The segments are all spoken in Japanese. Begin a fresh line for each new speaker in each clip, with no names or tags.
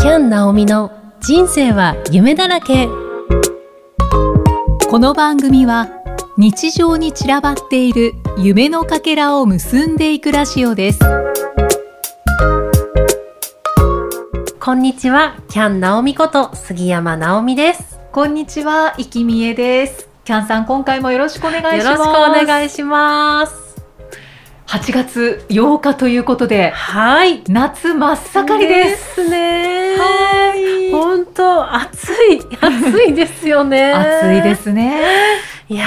キャン・ナオミの人生は夢だらけ
この番組は日常に散らばっている夢のかけらを結んでいくラジオです
こんにちはキャン・ナオミこと杉山ナオミです
こんにちは、いきみえですキャンさん、今回もよろしくお願いしま
よ
す
ろしくお願いします
8月8日ということで
はい
夏真っ盛りです
すね
はい
本当暑い暑いですよね
暑いですね
いや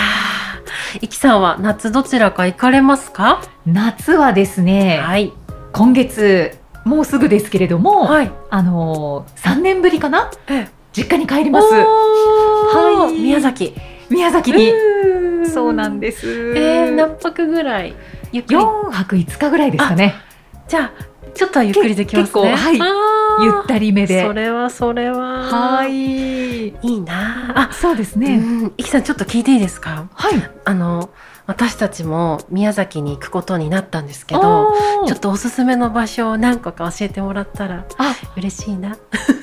ーいきさんは夏どちらか行かれますか
夏はですね、
い
今月もうすぐですけれども、
はい
あのー、3年ぶりかな
ええ
実家に帰り
お
ます
ー
はい
宮崎
宮崎にそうなん
す
です
えー、何泊ぐらいゆっくり
4泊5日ぐらいですかね
じゃあちょっとはゆっくりできますね
け結構はい
あー
ゆったりめで
それはそれは
はい
いいなああ
そうです
ね
ね、
うんいきさんちょっと聞いていいですか
はい
あの私たちも宮崎に行くことになったんですけ
け
ど
ど
ち
ち
ょ
ょ
っ
っ
とおすすめの場所を何個か教えてもらったら
あ
嬉しいな
と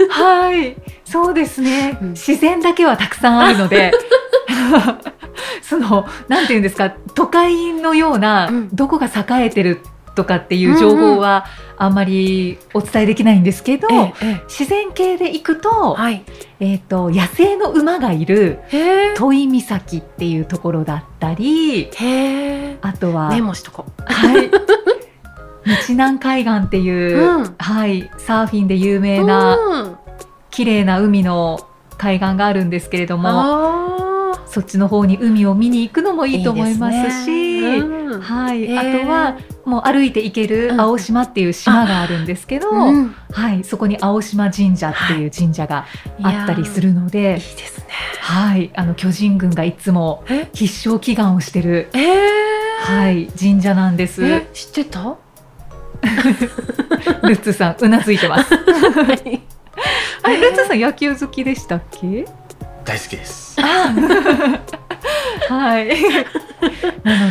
はいそうですね、
うん
自然だけはたくさんある のでそのなんていうんですか都会のような、
うん
どこが栄えてるとかっていう情報はあんまりお伝えできないんですけど、
え
自然系で行くと,、
はい
えー、と野生の馬がいる
へえ
戸井岬っていうところだったり
へえ
あとは、
メモしとこ
はい、日南海岸っていうう、
ん
はい、サーフィンで有名な
な
綺麗な海の海岸があるんですけれども
あー
そっちの方に海を見に行くのもいいと思いますし。
いいですねうん
はい、
へー
あとはもう歩いて行ける青島っていう島があるんですけど、
うん
はい、そこに青島神社っていう神社があったりするの
いや
で
ーいい、ですね
はい、あの巨人軍がいつも
え
必勝祈願をしてる、
え
はい、神社なんです。
え
ル
知ってた
ッツさん、うなずいてます。
はい
あれ、ルッツさん、野球好きでしたっけ。
大好きです。
はい。なの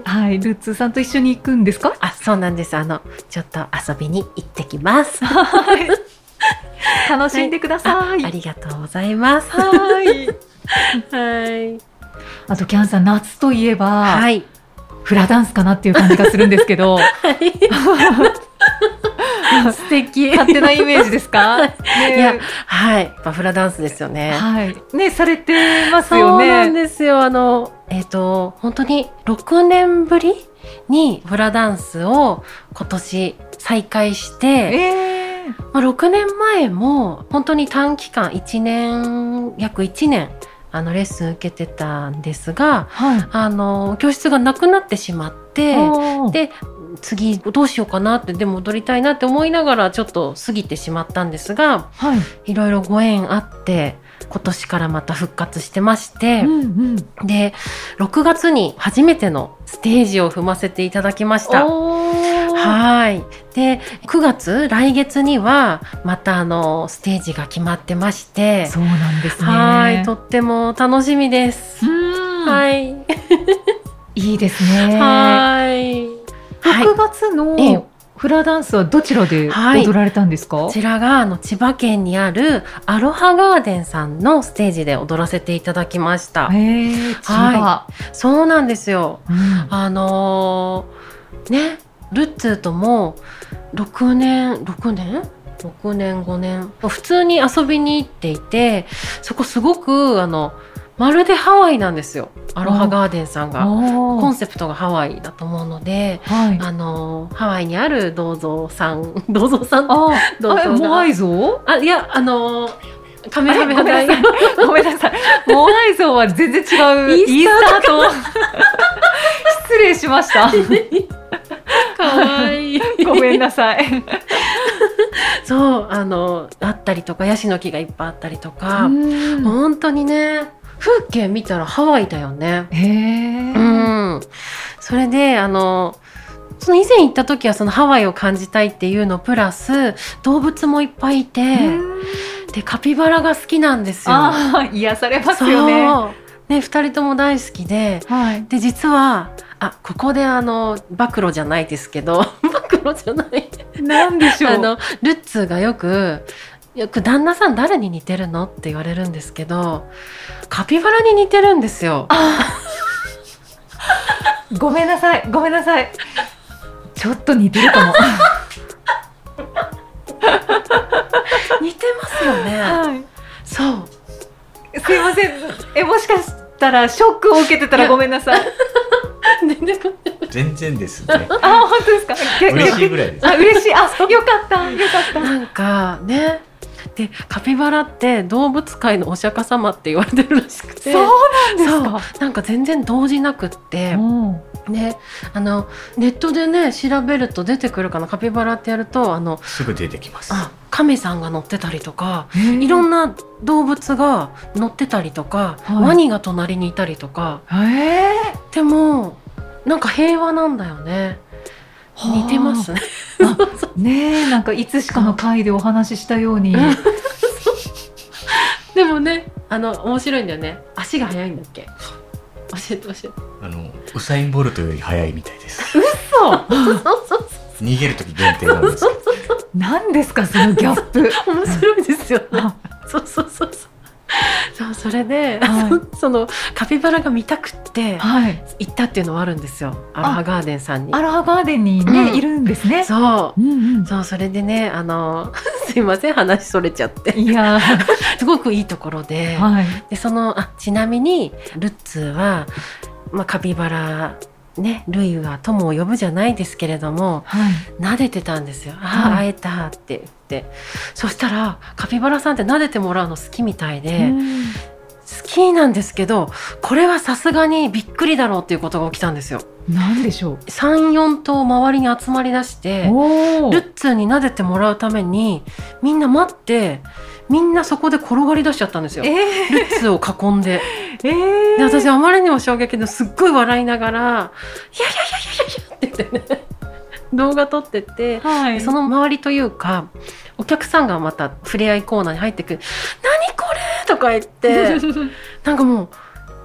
え
はい、ルッツさんと一緒に行くんですか。
あそうなんですあのちょっと遊びに行ってきますあ
楽しんでください。
りがとうございます
はい。
はい
あと、キャンさん、夏といえば、
はい
フラダンスかなっていう感じがするんです けど。
素敵
勝手なイメージですか。ね
いやはいバフラダンスですよね
はい。ね、されてます
そう
よね。
なんですよあのえっ、と本当に6年ぶりにフラダンスを今年再開して
ええ
まあ、6年前も本当に短期間1年約1年あのレッスン受けてたんですが
はい。
あの教室がなくなってしまって
で、
で次どうしようかなってでも踊りたいなって思いながらちょっと過ぎてしまったんですが
はい。
いろいろご縁あって今年からまた復活してまして、
んうん。
で6月に初めてのステージを踏ませていただきました。
は
はい。で、9月、来月には、またあの、ステージが決まってまして、
そうなんですね。
はい。とっても楽しみです。
は
はい。
い。いいですね。
はい。はい。
6月
ええ
のフラダンスはどちらで
はい
踊られたんですか。
こちらが、あの、千葉県にある、アロハガーデンさんのステージで踊らせていただきました。
ええ千葉。
そうなんですよ。
うん
あのーね、ルッツーとも、6年、6年 ?6 年、5年。普通に遊びに行っていて、そこすごく、あの、まるでハワイなんですよ。アロハガーデンさんが。
おー
コンセプトがハワイだと思うので、
はい。
あのーハワイにある銅像さん、 銅像さん
あ、
どうぞ
あモアイ像。
あ、いや、あのー、カメ
あれ
ラ
ご
目
めんなさい。 ごめんなさい。モアイ像は全然違う。
イー
スターと。失礼しま した。
か わいい。
ごめんなさい。
そう、あのーあったりとか、ヤシの木がいっぱいあったりとか、
うん
本当にね風景見たらハワイだよね
へえ
う。んそれであのその以前行った時はそのハワイを感じたいっていうのプラス動物もいっぱいいて、
うん
でカピバラが好きなんですよ
ああ、癒されますよね。
そうね2人とも大好きで
はい。
で 実はあここであの暴露じゃないですけど暴露じゃない
なんでしょう。
あのルッツーがよくよく旦那さん誰に似てるのって言われるんですけどカピバラに似てるんですよ
ごめんなさい、ごめんなさい。ちょっと似てるかも。
似てますよね
はい
そう
すいません。え、もしかしたらショックを受けてたらごめんなさい。
全然こ
全然ですね。
あ、本当ですか。け
嬉しいぐらいです。
あ、嬉しい。あ、よかった。よかった。
なんかねでカピバラって動物界のお釈迦様って言われてるらしくて
そうなんですか。
なんか全然動じなくって
も
ねあのネットでね調べると出てくるかなカピバラってやるとあの
すぐ出てきます。
あ亀さんが乗ってたりとか
う
いろ
な。
んな動物が乗ってたりとか、
はい
ワニが隣にいたりとか
え
でもなんか平和なんだよね
はあ
似てますね
え。ねえ、なんかいつしかの回でお話ししたように。
うん でもねあの面白いんだよね足が速いんだっけ教えて教えて
あのウサインボルトより速いみたいです。
そう。
そうそう
逃げる時限定なんですけど。
なんですか、そのギャッ プ。
そう面白いですよね
あ
そうそうそうそうそうそれで、
は
そのカピバラが見たくって
はい。
行ったっていうのはあるんですよアロハガーデンさんに
アロハガーデンに
うん
ね、いるんですね。
そう
うんうん。
そうそれでねあの すいません話それちゃって
い やー、
すごくいいところで,、
はい。
でそのあちなみにルッツーは、まあ、カピバラね、ルイは友を呼ぶじゃないですけれども
はい。
撫でてたんですよ「ああ、
はい
会えた」って言ってそしたらカピバラさんって撫でてもらうの好きみたいで、好
うん
きなんですけどこれはさすがにびっくりだろうっていうことが起きたんですよ。
なんでしょう。
34頭周りに集まりだして
おお
ル。ッツーに撫でてもらうためにみんな待ってみんなそこで転がり出しちゃったんですよ。ル
え
ッツーを囲んで
ー、え
で
ー。
私あまりにも衝撃ですっごい笑いながら「いやいやいやいやいやいや」って言ってね動画撮ってて
は
その周りというかお客さんがまた触れ合いコーナーに入ってくる「何これ!」とか言っ てなんかもう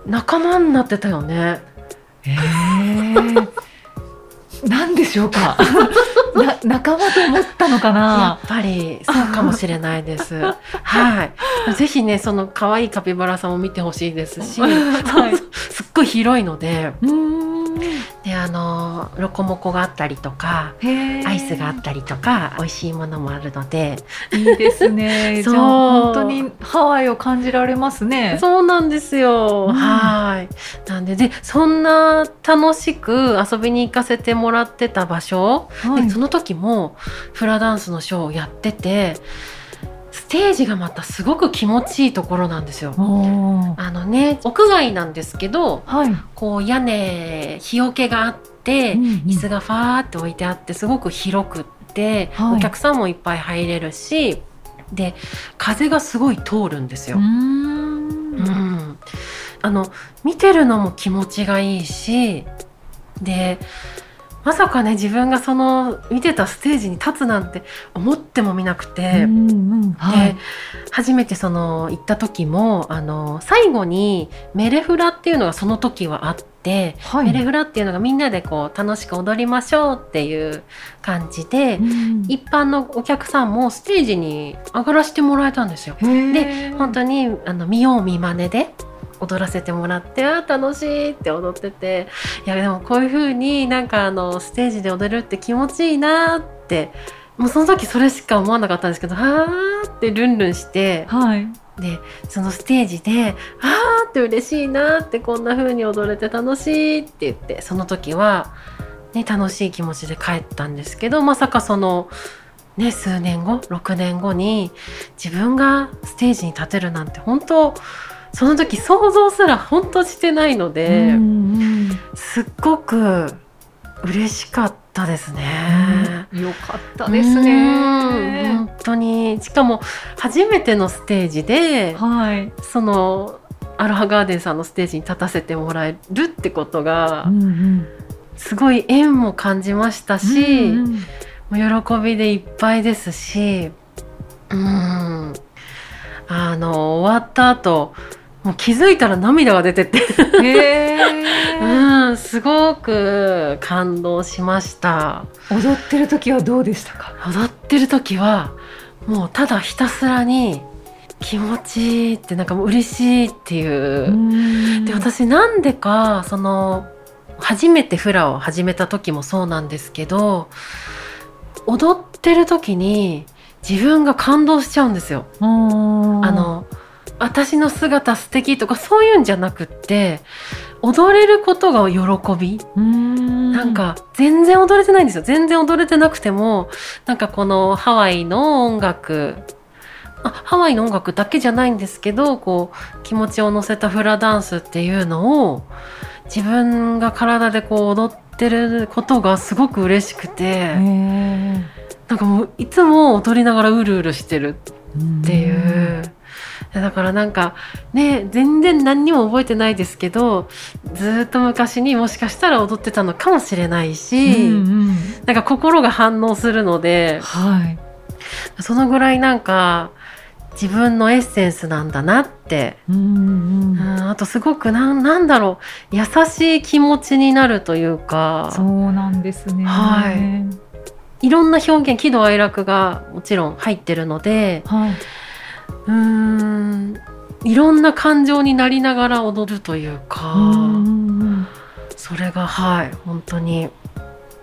仲間になってたよね。
えー、なんでしょうかな仲間と思ったのか
や
な
っぱりそうかもしれないです。 はい、ぜひねその可愛いカピバラさんを見てほしいですし、
はい
すっごい広いので、
うーん
であのロコモコがあったりとか。
へー
アイスがあったりとか美味しいものもあるので
いいです ね
そ
じ
う
ゃあ本当にハワイを感じられますね
そうなんですよ、
うん
はいなんででそんな楽しく遊びに行かせてもらってた場所、
はい
でその時もフラダンスのショーをやっててステージがまたすごく気持ちいいところなんですよ。
おー
あのね屋外なんですけど
はい、
こう屋根日よけがあって、椅子
が
がファーって置いてあってすごく広くって、
はい
お客さんもいっぱい入れるしで風がすごい通るんですよ。うん、あの見てるのも気持ちがいいしでまさかね自分がその見てたステージに立つなんて思ってもみなくて、で初めてその行った時もあの最後にメレフラっていうのがその時はあって、メレフラっていうのがみんなでこう楽しく踊りましょうっていう感じで、一般のお客さんもステージに上がらせてもらえたんですよ。
で
本当にあの見よう見まねで踊らせてもらってあー楽しいって踊ってていやでもこういう風になんかあのステージで踊るって気持ちいいなーってもうその時それしか思わなかったんですけどはーってルンルンして
はい
でそのステージであーって嬉しいなーってこんな風に踊れて楽しいって言ってその時は、ね、楽しい気持ちで帰ったんですけどまさかその、ね、数年後6年後に自分がステージに立てるなんて本当その時想像すら本当してないので、
うんうん
すっごく嬉しかったですね。
よかったですね
うん本当にしかも初めてのステージで、
はい
そのアロハガーデンさんのステージに立たせてもらえるってことが
うんうん
すごい縁も感じましたし、
うんうん
もう喜びでいっぱいですしうんあの終わった後もう気づいたら涙が出てて、
へー
うん、すごく感動しました
踊ってる時はどうでしたか
踊ってる時はもうただひたすらに気持ちいいってなんかもう嬉しいっていう、で
で
私なんでかその初めてフラを始めた時もそうなんですけど踊ってる時に自分が感動しちゃうんですよ。あ
あの
の私の姿素敵とかそういうんじゃなくって踊れることが喜び
な
なんか全然踊れてないんですよ全然踊れてなくてもなんかこのハワイの音楽あハワイの音楽だけじゃないんですけどこう気持ちを乗せたフラダンスっていうのを自分が体でこう踊ってることがすごく嬉しくて、なんかもういつも踊りながらうるうるしてる
っ
っていう。だからなんかね全然何にも覚えてないですけどずーっと昔にもしかしたら踊ってたのかもしれないし、なんか心が反応するので
はい
そのぐらいなんか自分のエッセンスなんだなって、
うんう
うん
ん
あとすごくなんなんだろう優しい気持ちになるというか
そうなんですね
はいいろんな表現喜怒哀楽がもちろん入ってるので
はい、
うーんいろんな感情になりながら踊るというか。
うんうんうん
それがはい本当に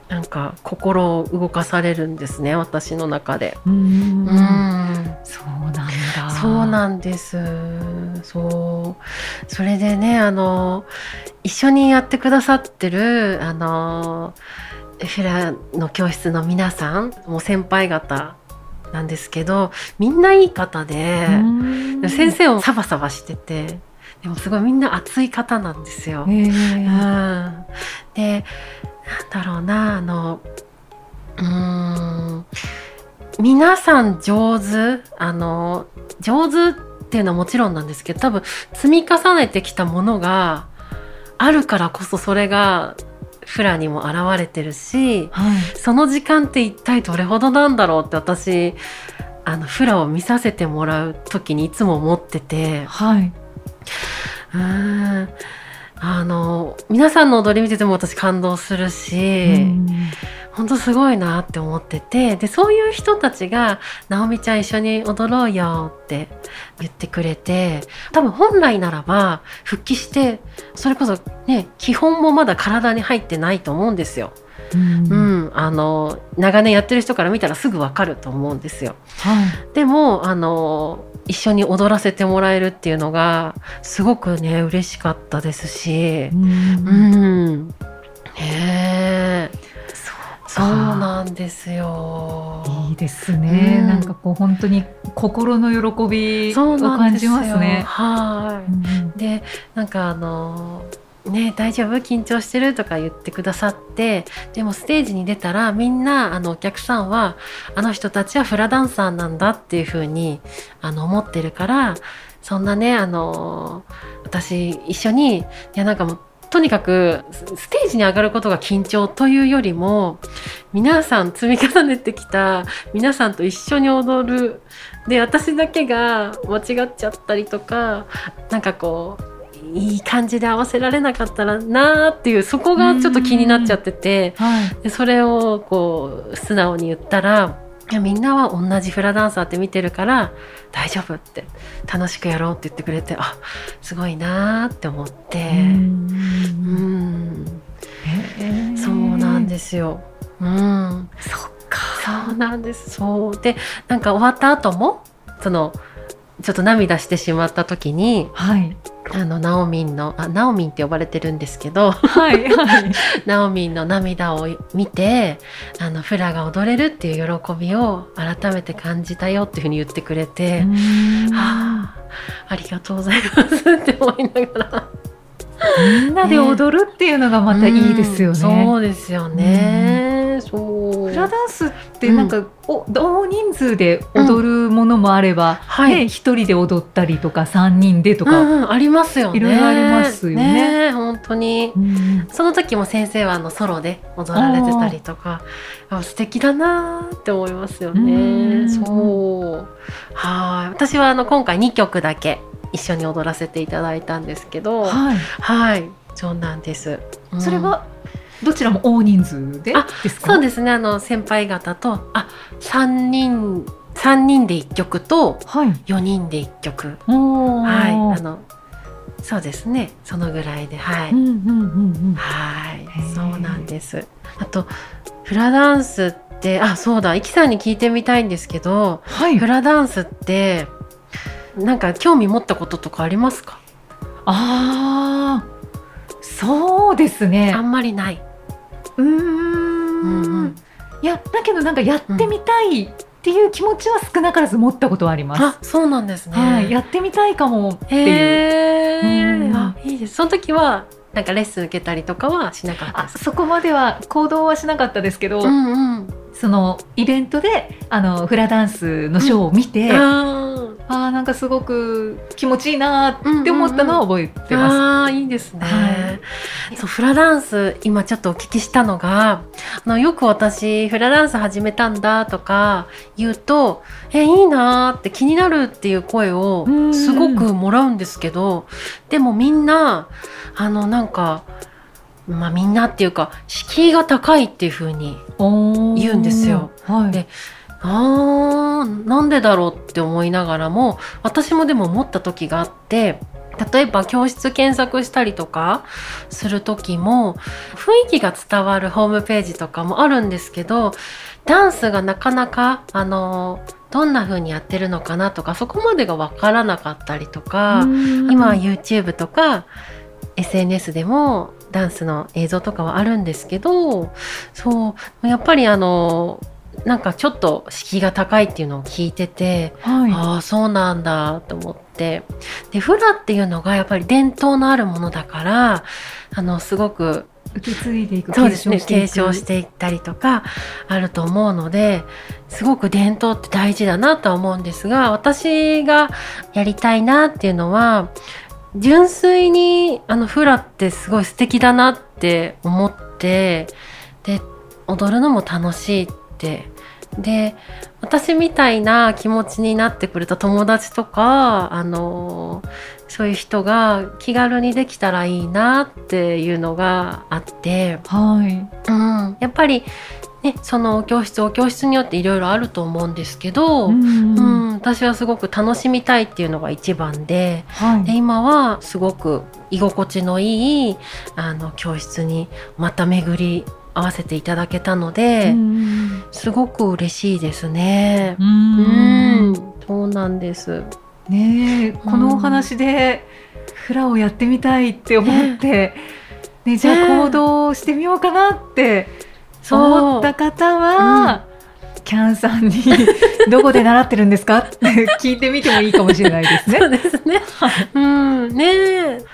なんか心を動かされるんですね私の中で。
うん
う
うんうん
ん
そうなんだ
そうなんですそうそれでねあの一緒にやってくださってるあのフラの教室の皆さんもう先輩方なんですけどみんないい方で、
うん
先生もサバサバしててでもすごいみんな熱い方なんですよ。
ええ
うんでなんだろうなあのうーん皆さん上手あの上手っていうのはもちろんなんですけど多分積み重ねてきたものがあるからこそそれがフラにも現れてるし
はい
その時間って一体どれほどなんだろうって私あのフラを見させてもらう時にいつも思ってて。
はい、
うーんあの皆さんの踊り見てても私感動するし、
うん
本当すごいなって思っててでそういう人たちが「直美ちゃん一緒に踊ろうよ」って言ってくれて多分本来ならば復帰してそれこそね基本もまだ体に入ってないと思うんですよ。
うん
うん、あの長年やってる人から見たらすぐわかると思うんですよ。
はい
でもあの一緒に踊らせてもらえるっていうのがすごくね嬉しかったですし
う、ん
うん、ねえそうなんですよ。
いいですね、
うん
なんかこう本当に心の喜び
そ
を
うなん
感
です
じ
よ。
ますね。
は
うん
い。でなんかあのね大丈夫緊張してるとか言ってくださってでもステージに出たらみんなあのお客さんはあの人たちはフラダンサーなんだっていう風にあの思ってるからそんなねあの私一緒にいやなんかもうとにかくスステージに上がることが緊張というよりも皆さん積み重ねてきた皆さんと一緒に踊るで私だけが間違っちゃったりとかなんかこういい感じで合わせられなかったらなーっていうそこがちょっと気になっちゃってて。
はい、
でそれをこう素直に言ったらいやみんなは同じフラダンサーって見てるから大丈夫って楽しくやろうって言ってくれてあすごいなーって思ってう
うん
んそうなんですようん
す。そっか。
そうなんですそうでなんか終わった後もそのちょっと涙してしまった時に
はい
あのナオミンのあナオミンって呼ばれてるんですけど
はいはい。
ナオミンの涙を見てあのフラが踊れるっていう喜びを改めて感じたよっていうふうに言ってくれて、はあ、ありがとうございます って思いながら
みんなで踊るっていうのがまたいいです
う
よ
ん
ね。
そうですよね、そう
フラダンスってなんか、お大人数で踊るものもあれば、
はい
ね一人で踊ったりとか三人でと
う
か、
んうんありますよね
いろいろありますよね
え本当に
うん
その時も先生はあのソロで踊られてたりとかあ素敵だなーって思いますよ
う
ね。
ん
そうはい私はあの今回2曲だけ一緒に踊らせていただいたんですけど、
はい。
はい、そうなんです。うん
それはどちらも大人数で
あ
ですか。
そうですね。あの先輩方とあ三人三人で一曲と
はい。
四人で一曲
おー
はいあのそうですねそのぐらいではい、
うんうんうんうん。
はい
ー
そうなんです。あとフラダンスってあそうだイキさんに聞いてみたいんですけど
はい
フ。ラダンスってなんか興味持ったこととかありますか？
ああ。そうですね
あ。んまりない。
うー
うんうんん。。
いやだけどなんかやってみたいっていう気持ちは少なからず持ったことはあります。
あそうなんですね。
はい。やってみたいかもっていう。
へ
う
え
ん
あいいですその時はなんかレッスン受けたりとかはしなかった
あ
です
そこまでは行動はしなかったですけど、
うんうん
そのイベントであのフラダンスのショーを見て、あ
あ
あなんかすごく気持ちいいなーって思ったのは覚えてます。
あーいいですね、
は
そうフラダンス今ちょっとお聞きしたのがあのよく私フラダンス始めたんだとか言うとえいいなーって気になるっていう声を
うん
すごくもらうんですけどでもみんなあのなんかまあみんなっていうか敷居が高いっていう風に
おー
言うんですよ。
はい、
であーなんでだろうって思いながらも私もでも思った時があって例えば教室検索したりとかする時も雰囲気が伝わるホームページとかもあるんですけどダンスがなかなかあのどんな風にやってるのかなとかそこまでが分からなかったりとか、今は
今
YouTube とか SNS でもダンスの映像とかはあるんですけどそうやっぱりあのなんかちょっと敷居が高いっていうのを聞いてて、
はい、
ああそうなんだと思ってでフラっていうのがやっぱり伝統のあるものだからあのすごく
受け継いでいく
そうですね継
い
承
く
していったりとかあると思うのですごく伝統って大事だなとは思うんですが私がやりたいなっていうのは純粋にあのフラってすごい素敵だなって思ってで踊るのも楽しいってで私みたいな気持ちになってくれた友達とかあのそういう人が気軽にできたらいいなっていうのがあって。
はい
うん、やっぱり、ね、そのお教室お教室によっていろいろあると思うんですけど、
う
うん
ん
私はすごく楽しみたいっていうのが一番で
はい
で今はすごく居心地のいいあの教室にまた巡り合わせていただけたので、
うん
すごく嬉しいですね。
う
うんん、そうなんです。
ねえこのお話でフラをやってみたいって思って、ね、じゃあ行動してみようかなって
そ
思
う
った方は、キャンさんにどこで習ってるんですかって聞いてみてもいいかもしれないですね
そ。うですね。うん、ねえ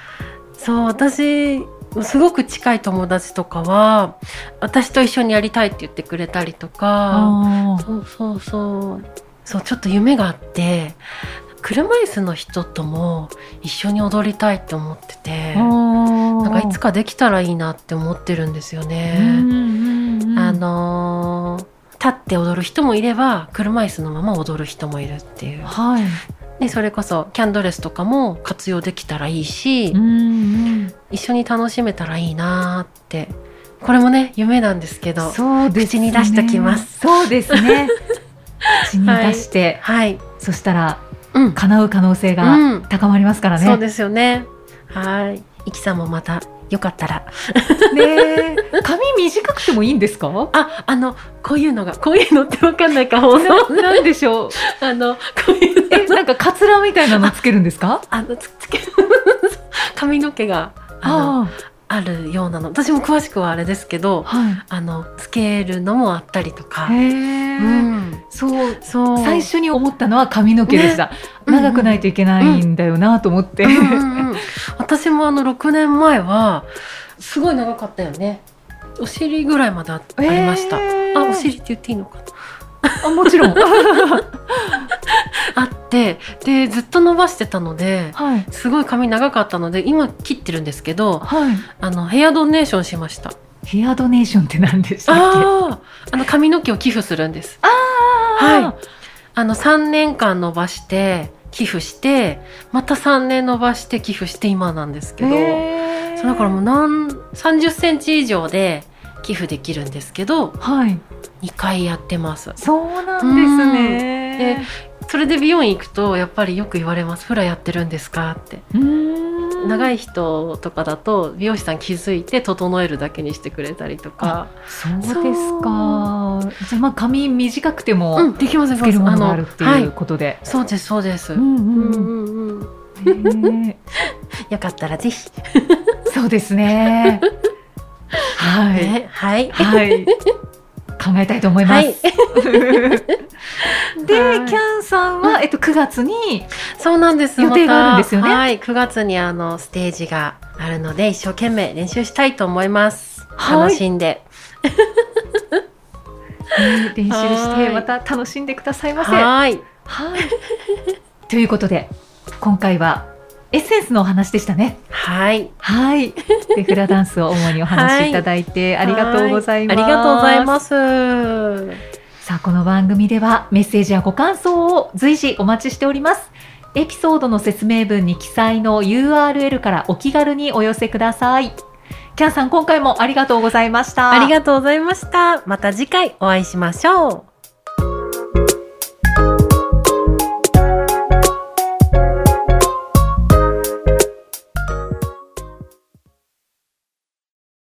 そう、私、すごく近い友達とかは、私と一緒にやりたいって言ってくれたりとか、
あー
そうそうそう、そう、ちょっと夢があって、車椅子の人とも一緒に踊りたいって思ってて、なんかいつかできたらいいなって思ってるんですよ
うん
ね。
うんうん
あのー立って踊る人もいれば、車椅子のまま踊る人もいるっていう。
はい、
でそれこそキャンドレスとかも活用できたらいいし、
うん
一緒に楽しめたらいいなーってこれもね夢なんですけど
そうです
口に出しときます。
そうです ね。口に出して、
はい、
そしたら
うん
叶う可能性が
うん
高まりますからね。
そうですよねはいいきさんもまたよかったら
ねえ髪短くてもいいんですか？
ああのこういうのがこういうのってわかんないか放送
ななんでしょう。
あのこういう
え、
の
なんかカツラみたいなのつけるんですか？
あのつつけ 髪の毛があのあ
あ
るようなの私も詳しくはあれですけど
あ、は
あのつけるのもあったりとか
い。へ、
う
え、
ん、
そう。
そう
最初に思ったのは髪の毛でした。長くないといけないんだよなと思って。
うんうんうん私もあの6年前はすごい長かったよねお尻ぐらいまであありました、
へー
あお尻って言っていいのかな
あも ちろん。
あってでずっと伸ばしてたので
はい。
すごい髪長かったので今切ってるんですけど
はい。
あのヘアドネーションしました
ヘアドネーションって何でしたっけ？
あーあの髪の毛を寄付するんです
あー
はいあの3年間伸ばして寄付してまた3年伸ばして寄付して今なんですけど、
え
そうだからもう何30センチ以上で寄付できるんですけど
はい
2回やってます
そうなんですね
それで美容院行くとやっぱりよく言われます「フラやってるんですか?」って長
い
い人とかだと美容師さん気づいて整えるだけにしてくれたりとか
そうですかじゃあまあ髪短くて
う
も
んできますでき
つ
ま
け
す
るものがあ
あ
る
の
って
はいいう
ことで
そうですそうです、
う
うん
んうんうん
うんうん、
ね
よかったらぜひ、
えそうですね はい
ねはい
はい考えたいと思いま
は
す
い
で、
はい
キャンさんは、えっと、9月に、
そうなんです
予定があるんですよね
またはい9月にあのステージがあるので一生懸命練習したいと思います、
はい
楽しんで
練習し
は
て
い
また楽しんでくださいませ。は
はい
い。ということで今回はエッセンスのお話でしたね。
はい
はい。でフラダンスを主にお話しいただい て、ありがとうございます。
ありがとうございます
さあこの番組ではメッセージやご感想を随時お待ちしておりますエピソードの説明文に記載の URL からお気軽にお寄せくださいキャンさん今回もありがとうございました
ありがとうございましたまた次回お会いしましょう